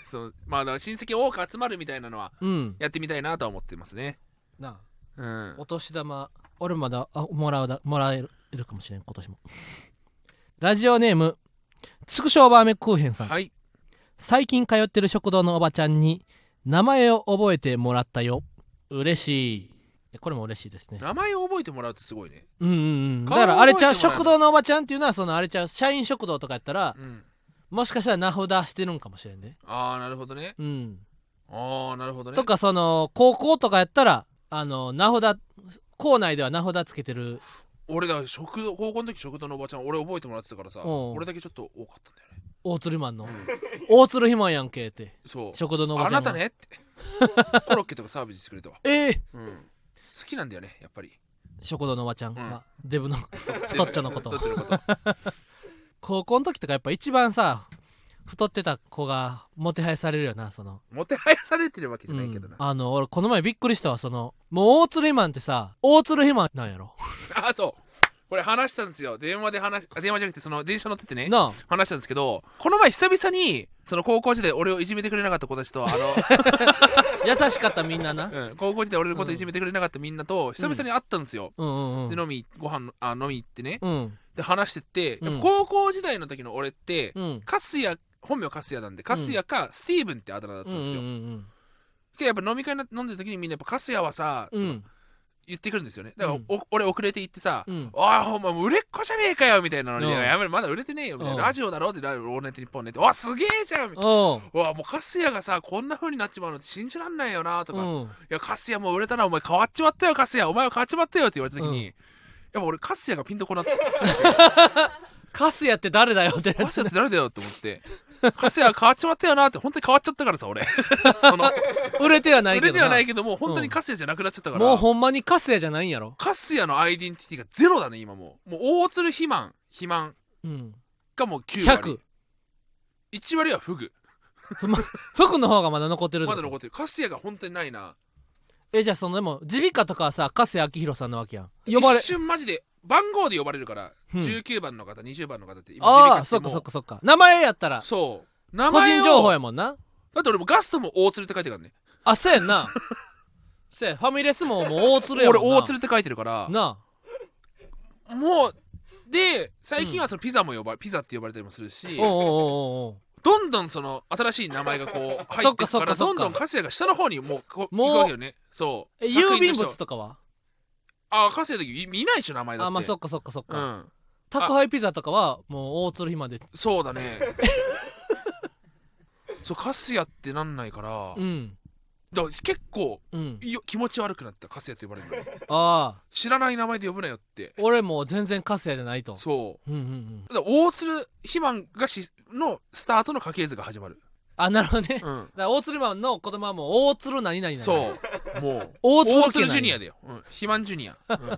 A: そのまあだから親戚多く集まるみたいなのは
B: うんうん
A: やってみたいなとは思ってますね
B: な
A: うん
B: あお年玉俺まだあもらうだもらえるかもしれん今年もラジオネーム畜生バーメクーヘンさん
A: はい
B: 最近通ってる食堂のおばちゃんに名前を覚えてもらったよ嬉しいえこれも嬉しいですね
A: 名前を覚えてもらうってすごいね
B: うんうんうんだ
A: 顔
B: からあれちゃう
A: 覚えてもらえない
B: 食堂のおばちゃんっていうのはそのあれちゃう社員食堂とかやったら
A: うん
B: もしかしたら名札してるんかもしれんで
A: ああなるほどね
B: うん
A: ああなるほどね
B: とかその高校とかやったらあの名札校内では名札つけてる
A: 俺だから食堂高校の時食堂のおばちゃん俺覚えてもらってたからさ
B: おう
A: 俺だけちょっと多かったんだよね
B: 大鶴マンの大鶴ひまんやんけって
A: そう
B: 食堂のおば
A: あ
B: ち
A: な
B: ゃ
A: ん
B: が
A: たねってコロッケとかサービスしてくれたわ、
B: えー
A: うん、好きなんだよねやっぱり
B: 食堂のおばちゃん、
A: うん
B: まあ、デブの
A: 太
B: っちょのこと
A: 太っちょのこと
B: 高校の時とかやっぱ一番さ太ってた子がもてはやされるよなその
A: もてはやされてるわけじゃないけどな、
B: うんあの俺この前びっくりしたわそのもう大鶴ひまんってさ大鶴ひまんなんやろ
A: あそうこれ話したんですよ電話で話あ電話じゃなくてその電車乗っててね
B: な
A: 話したんですけどこの前久々にその高校時代俺をいじめてくれなかった子たち とあ
B: あ優しかったみんなな
A: の、うん高校時代俺のこといじめてくれなかったみんなと久々に会ったんですよ、
B: うんうんう
A: で
B: ん
A: 飲みご飯のあ飲み行ってね
B: うん
A: で話してって、やっ
B: うん
A: ぱ高校時代の時の俺って、
B: うん
A: カスヤ本名カスヤなんでカスヤかスティーブンってあだ名だった
B: うんん
A: ですよ、
B: うん
A: けどやっぱ飲み会な飲んでる時にみんなやっぱカスヤはさ、
B: うんうん
A: 言ってくるんですよねだから、
B: うん
A: お俺遅れて行ってさ「
B: うん
A: おいお前もう売れっ子じゃねえかよ」みたいなのに「
B: うん
A: いややめろまだ売れてねえよ」みたいな「
B: うん
A: ラジオだろ」って「ラジオオールナイトニッポンね」って「わすげえじゃん」みたいな
B: お
A: う
B: う
A: わもうカスヤがさこんな風になっちまうのって信じらんないよなと
B: う
A: か、い
B: ん
A: やカスヤもう売れたなお前変わっちまったよカスヤお前は変わっちまったよって言われた時に、やっぱ俺カスヤがピンとこなくて
B: カスヤって誰だよって
A: カスヤって誰だよって思ってカスヤが変わっちまったよなって本当に変わっちゃったからさ 俺その
B: 売れてはない
A: 売
B: け
A: れ
B: ど
A: て
B: な
A: はないけどもう本当にカスヤじゃなくなっちゃったから、
B: もうほんまにカスヤじゃないんやろ
A: カスヤのアイデンティティがゼロだね今もうもう大鶴肥満肥満
B: うん
A: がもう9割
B: 100
A: 1割はフグ
B: 服の方がまだ残ってるって
A: ま
B: こ
A: だ
B: と
A: 残ってるカスヤが本当にないな
B: えじゃあそのでも耳鼻科とかはさ加瀬明弘さんなわけやん呼ばれ
A: 一瞬マジで番号で呼ばれるから、
B: うん
A: 19番の方20番の方って今
B: ああ
A: 自
B: そっ
A: 力でも
B: かそっかそっか名前やったら
A: そう名
B: 個
A: 前
B: 人
A: を
B: 情報やもんな
A: だって俺もガストも大鶴って書いてるからね
B: あそうやんな そうやファミレスももう大鶴やも
A: 俺
B: んな
A: 大鶴って書いてるから
B: な
A: もうで最近はそのピザも呼ば、ピザって呼ばれたりもするし
B: あおうおうおうおう
A: どんどんその新しい名前がこう入
B: そ
A: っ
B: ってか
A: くから
B: そっかそ
A: ど
B: っか
A: んどんカスヤが下の方にもうこう
B: もう
A: 行くわけよねそう
B: え郵便
A: 作品
B: 物
A: の人
B: とかは
A: ああカスヤの時い見ないでしょ名前だって
B: あまあそっかそっかそっ
A: う
B: か、
A: ん
B: 宅配ピザとかはもう大鶴ひまで
A: そうだね そうカスヤってなんないから、
B: うん
A: だから結構
B: うん
A: いや気持ち悪くなったカスヤって呼ばれるのね
B: ああ
A: 知らない名前で呼ぶなよって
B: 俺もう全然加瀬じゃないと
A: そ
B: うんうんうん
A: うだから大鶴肥満がしのスタートの家系図が始まる
B: あなるほどね、だか
A: うん
B: ら大鶴マンの子供はもう大鶴何々な
A: そうもう
B: 大鶴家なんや
A: 大鶴ジュニアだよ、うん、肥満ジュニア、 うん
B: い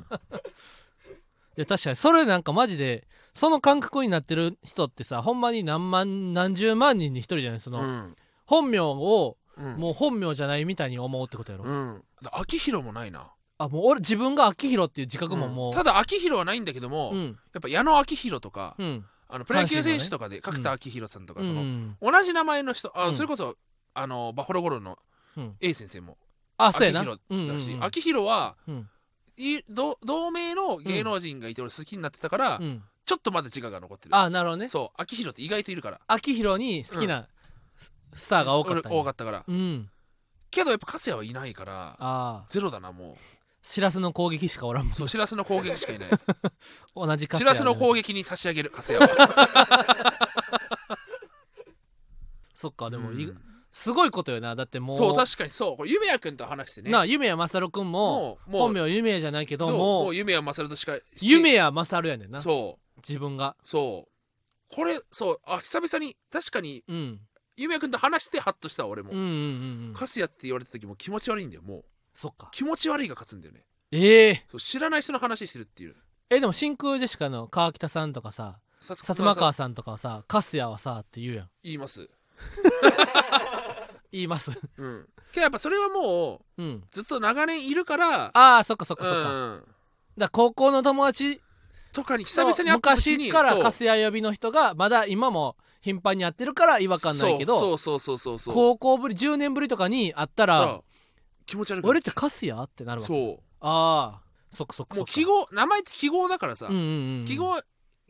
B: や確かにそれなんかマジでその感覚になってる人ってさほんまに何万何十万人に一人じゃないその、
A: うん
B: 本名を
A: うん
B: もう本名じゃないみたいに思うってことやろ、
A: うんだから秋広もないな、
B: あもう俺自分が秋広っていう自覚ももう、
A: うんただ秋広はないんだけども、
B: う
A: や
B: ん
A: っぱ矢野秋広とか、
B: うん
A: あのプロ野球選手とかで角田秋広さんとか、
B: うん
A: その
B: うん
A: 同じ名前の人あ、
B: うん
A: それこそあのバッファローゴロの
B: うん
A: A 先生も
B: あそう
A: 秋
B: やな
A: 広
B: うんうん
A: だし、
B: うん
A: 秋広は
B: うん
A: い同同盟の芸能人がいて俺好きになってたから、
B: うん
A: ちょっとまだ自我が残ってる
B: あなるほどね
A: そう秋広って意外といるから
B: 秋広に好きなス,、ターが多かったんや
A: 俺多かったから、
B: うん
A: けどやっぱ粕谷はいないから
B: ああ
A: ゼロだなも
B: しらすの攻撃しかおらんもん
A: うそうしらすの攻撃しかい ない
B: 同じカ
A: しらすの攻撃
B: 撃
A: に差し上げる粕谷は
B: そっかでも、
A: うん
B: いすごいことよなだってもう
A: そう確かにそうこれ夢也くんと話してね
B: な夢やまさるくん
A: も
B: も
A: うもう
B: 本名夢やじゃないけど
A: そう
B: も
A: もう夢やまさるとしか
B: 夢やまさるやねんな
A: そ
B: 自分が
A: うそうこれそうあ久々に確かに
B: うん
A: 夢也くんと話してハッとしたわ俺も、
B: うんうんうんうん
A: カスヤって言われた時も気持ち悪いんだよもう
B: そっか
A: 気持ち悪いが勝つんだよね
B: ええ
A: そう知らない人の話してるっていう
B: えでも真空ジェシカの川北さんとかさ
A: さつ
B: 薩摩川さんとかはさ「カスヤはさ」って言うやん
A: 言います
B: 言います
A: うんけどやっぱそれはも
B: う
A: う
B: ん
A: ずっと長年いるから
B: ああそっかそっかそっか、だか
A: うん
B: ら高校の友達
A: とかに久々に
B: の
A: 会った時に
B: 昔からカ
A: そう
B: スヤ呼びの人がまだ今も頻繁に会ってるから違和感ないけど
A: そうそうそうそうそうそう
B: 高校ぶり10年ぶりとかに会った
A: だからら気持ち悪
B: 「
A: く
B: 俺ってカスヤ?」ってなるわけ
A: そ
B: ああそっかそっ
A: う
B: か
A: も
B: そうっか
A: 記号名前って記号だからさ、
B: うんうんうん
A: 記号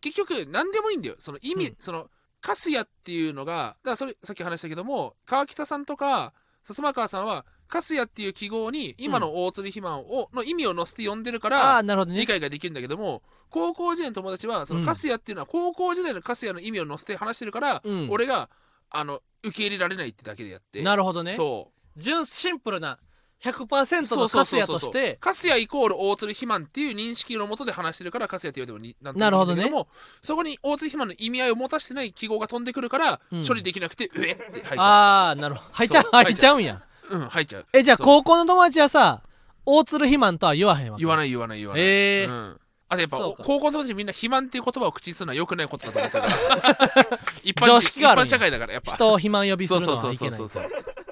A: 結局何でもいいんだよその意味、
B: うん
A: そのカスヤっていうのがだからそれさっき話したけども川北さんとか薩摩川さんはカスヤっていう記号に今の大鶴肥満を、の意味を載せて呼んでるか
B: あ
A: ら
B: あなるほどね
A: 理解ができるんだけども高校時代の友達はそ
B: うん
A: のカスヤっていうのは高校時代のカスヤの意味を載せて話してるから、
B: うん
A: 俺があの受け入れられないってだけでやって
B: な
A: る
B: るほどね
A: そう
B: 純シンプルな100%
A: そ
B: の
A: うそうそ
B: カス
A: う
B: ヤ
A: そう
B: として
A: カスヤイコール大鶴肥満っていう認識のもとで話してるからカスヤって言われてもになんとも
B: なるほどね
A: いいんだけもそこに大鶴肥満の意味合いを持たしてない記号が飛んでくるから、
B: うん
A: 処理できなくてうえって入っちゃ
B: ああなるほど入っちゃう
A: そう
B: 入っちゃうんや
A: ううん入っちゃう
B: えじゃあ
A: そう
B: 高校の友達はさ大鶴肥満とは言わへんわけ
A: 言わない言わない言わない
B: ええ
A: うんあとやっぱ
B: そう
A: 高
B: か
A: 校の友達みんな肥満っていう言葉を口にするのは良くないことだと思ってるから 一般
B: 常識があるんや
A: 一般社会だからやっぱ
B: 人を肥満呼びす
A: そう
B: る
A: そ
B: の
A: うそ
B: は
A: う
B: い
A: そ
B: け
A: う
B: ない
A: そうそう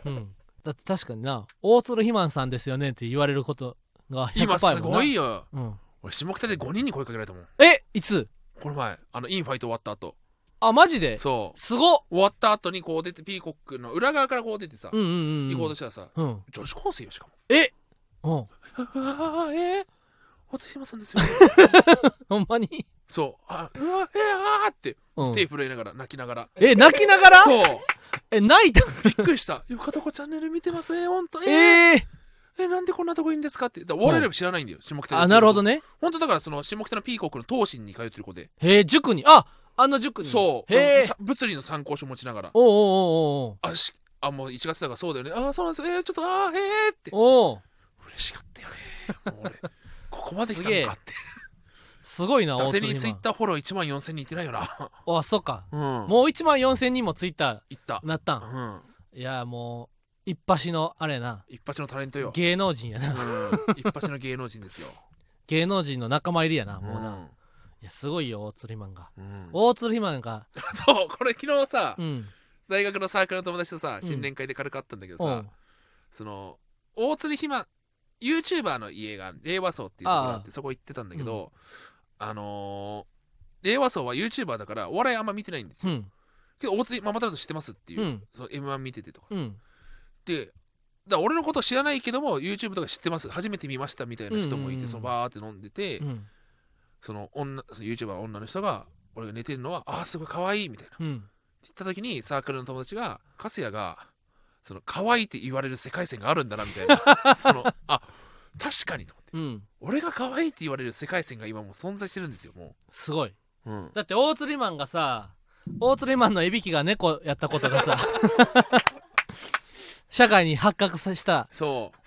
B: うんだって確かにな大鶴肥満さんですよねって言われることが100%
A: 今す
B: やもん
A: ご
B: ない
A: よ
B: うん
A: 俺下北で5人に声かけられたもん
B: えいつ
A: この前あのインファイト終わった後
B: あマジです
A: そう
B: すごっ
A: 終わった後にこう出てピーコックの裏側からこう出てさ、
B: うんうんうん
A: 行こうとしたらさ
B: うん
A: 女子高生よしかも
B: えうん
A: ああえー、おつひまさんですよ
B: ほんまに
A: そうあうわえー、あーって
B: うん
A: 手震えながら泣きながら、
B: え泣きながら
A: そう
B: え泣いた
A: びっくりした「よかとこチャンネル見てますえー、ほんとえー、え
B: ええ
A: なんでこんなとこいいんですか?」ってだから俺らも知らないんだよ、下北
B: あなるほど
A: ね
B: ね
A: 本当だからその下北のピーコックの東進に通ってる子で、
B: へえ塾にああの塾に
A: そう
B: へえ
A: さ物理の参考書持ちながら
B: おうおう
A: あしあもう1月だからそうだよねあーそうなんですえー、ちょっとあーえー、って
B: おうおうおう
A: 嬉しかったよね もう俺ここまで来たのかって
B: すごいな
A: 伊
B: 大
A: 達
B: 鶴
A: にツイ
B: 肥
A: ッ
B: 満
A: ターフォロー1万4000人いってないよな
B: あそっか
A: うん
B: もう1万4000人もツイッタ
A: いった
B: ーなったん
A: うん
B: いやもう一発のあれやな
A: 一発のタレントよ、
B: 芸能人や
A: う、
B: なん
A: 一発の芸能人ですよ
B: 芸能人の仲間入りやなもうな、い
A: な、
B: やすごいよ大鶴肥満が
A: うん
B: 大鶴肥満が
A: そうこれ昨日さ、
B: うん
A: 大学のサークルの友達とさ
B: うん
A: 新年会で軽く会ったんだけど
B: お
A: さ、
B: う
A: その大鶴ひま YouTuber の家が令和荘っていうところがあってそこ行ってたんだけど、あのー令和荘は YouTuber だからお笑いあんま見てないんです
B: う
A: よ、
B: ん
A: けど大鶴ママタルト知ってますっていう、
B: うん
A: その M1 見ててとか
B: うん
A: でだから俺のこと知らないけども YouTube とか知ってます初めて見ましたみたいな人もいて、
B: うんうんうん
A: そのバーって飲んでて、
B: うん
A: その女その YouTuber の女の人が俺が寝てるのはああすごい可愛いみたいなって
B: うん
A: 言った時にサークルの友達が「粕谷がその可愛いって言われる世界線があるんだな」みたい なそのあ確かにと思って
B: うん
A: 俺が可愛いって言われる世界線が今もう存在してるんですよも、
B: すごいう
A: うん、
B: だって大釣りマンがさ大釣りマンのいびきが猫やったこと がさ社会に発覚した
A: そう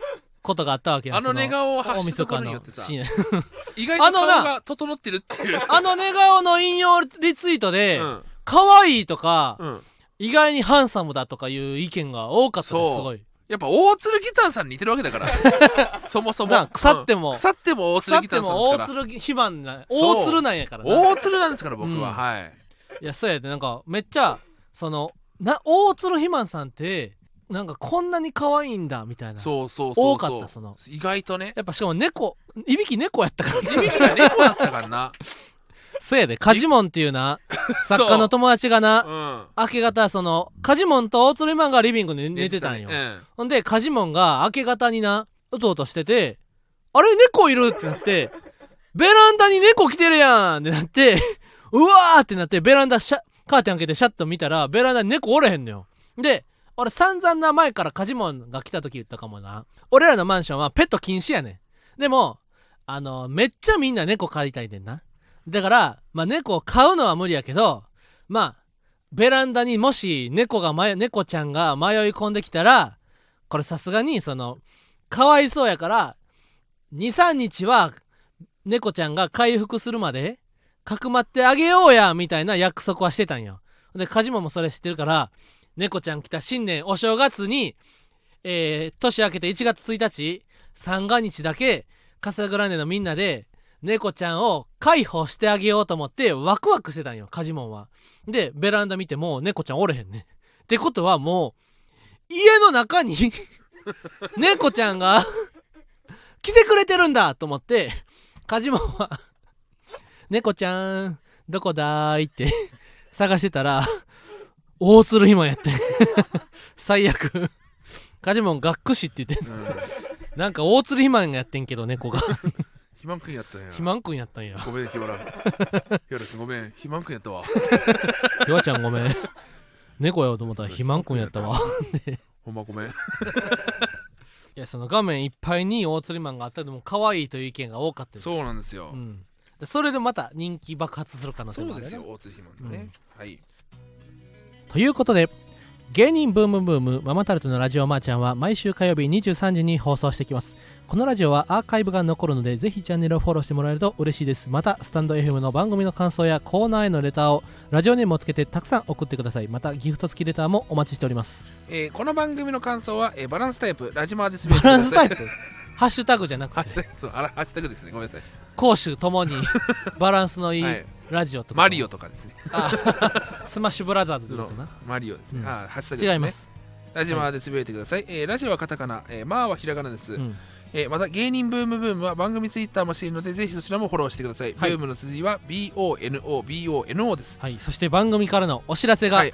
B: ことがあったわけよ
A: あの
B: そ
A: 寝顔を
B: 大
A: 発した
B: 晦
A: こと
B: 日
A: によ
B: の
A: ってさ
B: シーン
A: 意外と
B: あ
A: 顔
B: のな
A: が整ってるっていう
B: あの寝顔の引用リツイートで、
A: うん
B: 可愛いとか、
A: うん、
B: 意外にハンサムだとかいう意見が多かったで
A: そう
B: すすごい
A: やっぱ大鶴ギターさんに似てるわけだから そもそ
B: な
A: も
B: 腐っても
A: うん腐っても大
B: 腐
A: 鶴
B: っ
A: ギタ
B: て
A: ーさん
B: も
A: で
B: 大
A: すか
B: 鶴肥満な
A: そう
B: 大鶴なんやから
A: ら
B: な
A: 大鶴なんですから僕は、
B: うん
A: はい
B: いやそうやでなんかめっちゃそのな大鶴肥満さんってなんかこんなに可愛いんだみたいな
A: そうそうそうそう
B: 多かったその
A: 意外とね
B: やっぱしかも猫いびき猫やったから
A: いびきが猫だったから な
B: そうやで、カジモンっていうな、作家の友達がな、
A: う
B: 明け方、その、カジモンと大鶴マンがリビングで
A: ん
B: 寝てたんよ。
A: うん
B: ほんで、カジモンが明け方にな、うとうとしてて、あれ、猫いるってなって、ベランダに猫来てるやんってなって、うわーってなって、ベランダシャ、カーテン開けてシャッと見たら、ベランダに猫おれへんのよ。で、俺散々な前からカジモンが来た時言ったかもな。俺らのマンションはペット禁止やねん。でも、あの、めっちゃみんな猫飼いたいねんな。だから、まあ猫を飼うのは無理やけど、まあ、ベランダにもし猫がまよ猫ちゃんが迷い込んできたらこれさすがにそのかわいそうやから23日は猫ちゃんが回復するまでかくまってあげようやみたいな約束はしてたんよでカジマもそれ知ってるから猫ちゃん来た新年お正月に、えー年明けて1月1日三が日だけカサグランデのみんなで猫ちゃんを解放してあげようと思ってワクワクしてたんよカジモンはでベランダ見ても猫ちゃんおれへんねってことはもう家の中に 猫ちゃんが来てくれてるんだと思ってカジモンは「猫ちゃんどこだーい?」って探してたら大鶴ひまやって最悪カジモンがっくしって言って
A: うん
B: なんか大鶴ひまんやってんけど猫が
A: 肥満くんやったんや
B: ひまんくんやったんや
A: ごめんヒワ ラヒワラくんごめん肥満くんやったわ
B: ひわちゃんごめん猫やと思ったらひまんくんやったわ
A: ほんまごめん
B: いやその画面いっぱいに大釣りマンがあったでも可愛いという意見が多かったよ
A: そうなんですよ、
B: うん、でそれでまた人気爆発する可能性
A: そ
B: も
A: う
B: ある
A: です
B: ね
A: よ大津肥満のね、はい
B: ということで芸人ブームブームママタルトのラジオマーちゃんは毎週火曜日23時に放送してきますこのラジオはアーカイブが残るのでぜひチャンネルをフォローしてもらえると嬉しいですまたスタンド FM の番組の感想やコーナーへのレターをラジオネームをつけてたくさん送ってくださいまたギフト付きレターもお待ちしております
A: えーこの番組の感想は、えーバランスタイプラジマーです
B: バランスタイ
A: プ
B: プハッシュタグじゃな
A: ハッ
B: く
A: シュ
B: て
A: タグそうあらハッシュタグですねごめんなさい、
B: 攻守 ともにバランスのいい
A: はい、
B: ラジオとか
A: マリオとかですね
B: あスマッシュブラザーズってことな
A: マリオですね、
B: うん
A: あーハッシュタグですね
B: 違います、
A: ラジマーでつぶやいてください、えーラジオはカタカナ、えーマーはひらがなです、
B: うん
A: えーまた芸人ブームブームは番組ツイッターもしているのでぜひそちらもフォローしてください、
B: はい
A: ブームの筋は BONOBONO です
B: はい、そして番組からのお知らせが、
A: はい、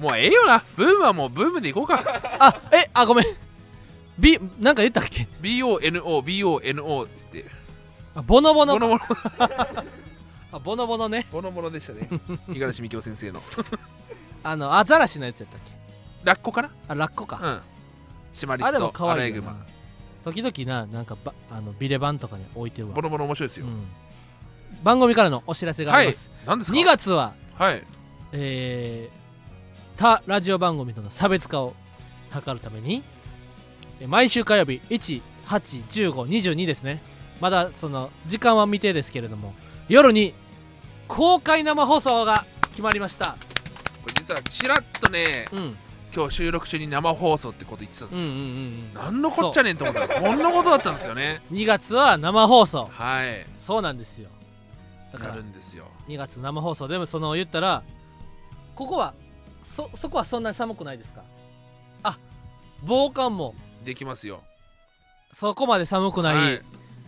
A: もうええよなブームはもうブームでいこうか
B: あえあごめん B なんか言ったっけ
A: BONOBONO っつって
B: あボノボノ
A: ボノボノ
B: あボノボノね
A: ボノボノでしたね五十嵐美京先生の
B: あのアザラシのやつやったっけ
A: ラッコかな
B: あラッコか、
A: うんシマリ
B: あ
A: ス
B: れも
A: ト
B: 可
A: アラ
B: 愛
A: イ
B: いよ
A: グ
B: な
A: マ
B: 時々ななんかばあのビレバンとかに置いてるわ
A: ボノボノ面白いですよ、
B: うん番組からのお知らせがあ
A: は
B: り
A: い
B: ます、
A: 何ですか
B: 2月は
A: はい
B: えー他ラジオ番組との差別化を図るためにえー毎週火曜日181522ですねまだその時間は未定ですけれども夜に公開生放送が決まりました、
A: これ実はちらっとね
B: うん、うん
A: 今日収録中に生放送ってこと言ってたんで
B: う
A: す
B: んう
A: よ、
B: んうん
A: 何のこっちゃねんと思ったらこんなことだったんですよね
B: 2月は生放送
A: はい
B: そうなんですよだか
A: な
B: ら
A: るんですよ
B: 2月生放送でもその言ったらここはそそこはそんなに寒くないですかあ防寒も
A: できますよ
B: そこまで寒くない、
A: はい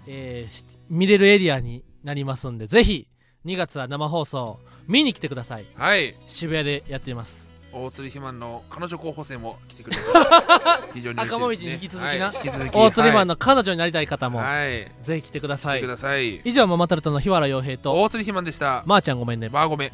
B: えーし見れるエリアになりますんでぜひ2月は生放送見に来てください
A: はい
B: 渋谷でやっています
A: 大鶴肥満の彼女候補生も来て くれる非常に
B: 赤も
A: 嬉
B: み
A: し
B: じ
A: い
B: に
A: です、ね、
B: 引き続きな
A: はい、引き続き
B: 大鶴マン
A: の
B: の彼女になりたい方も、
A: はい、はい、
B: ぜひ来てくださ
A: 来て
B: い
A: ください
B: 以上ママタルトの日原洋平と
A: 大鶴肥満でした
B: まーちゃんごめんね
A: バーゴメ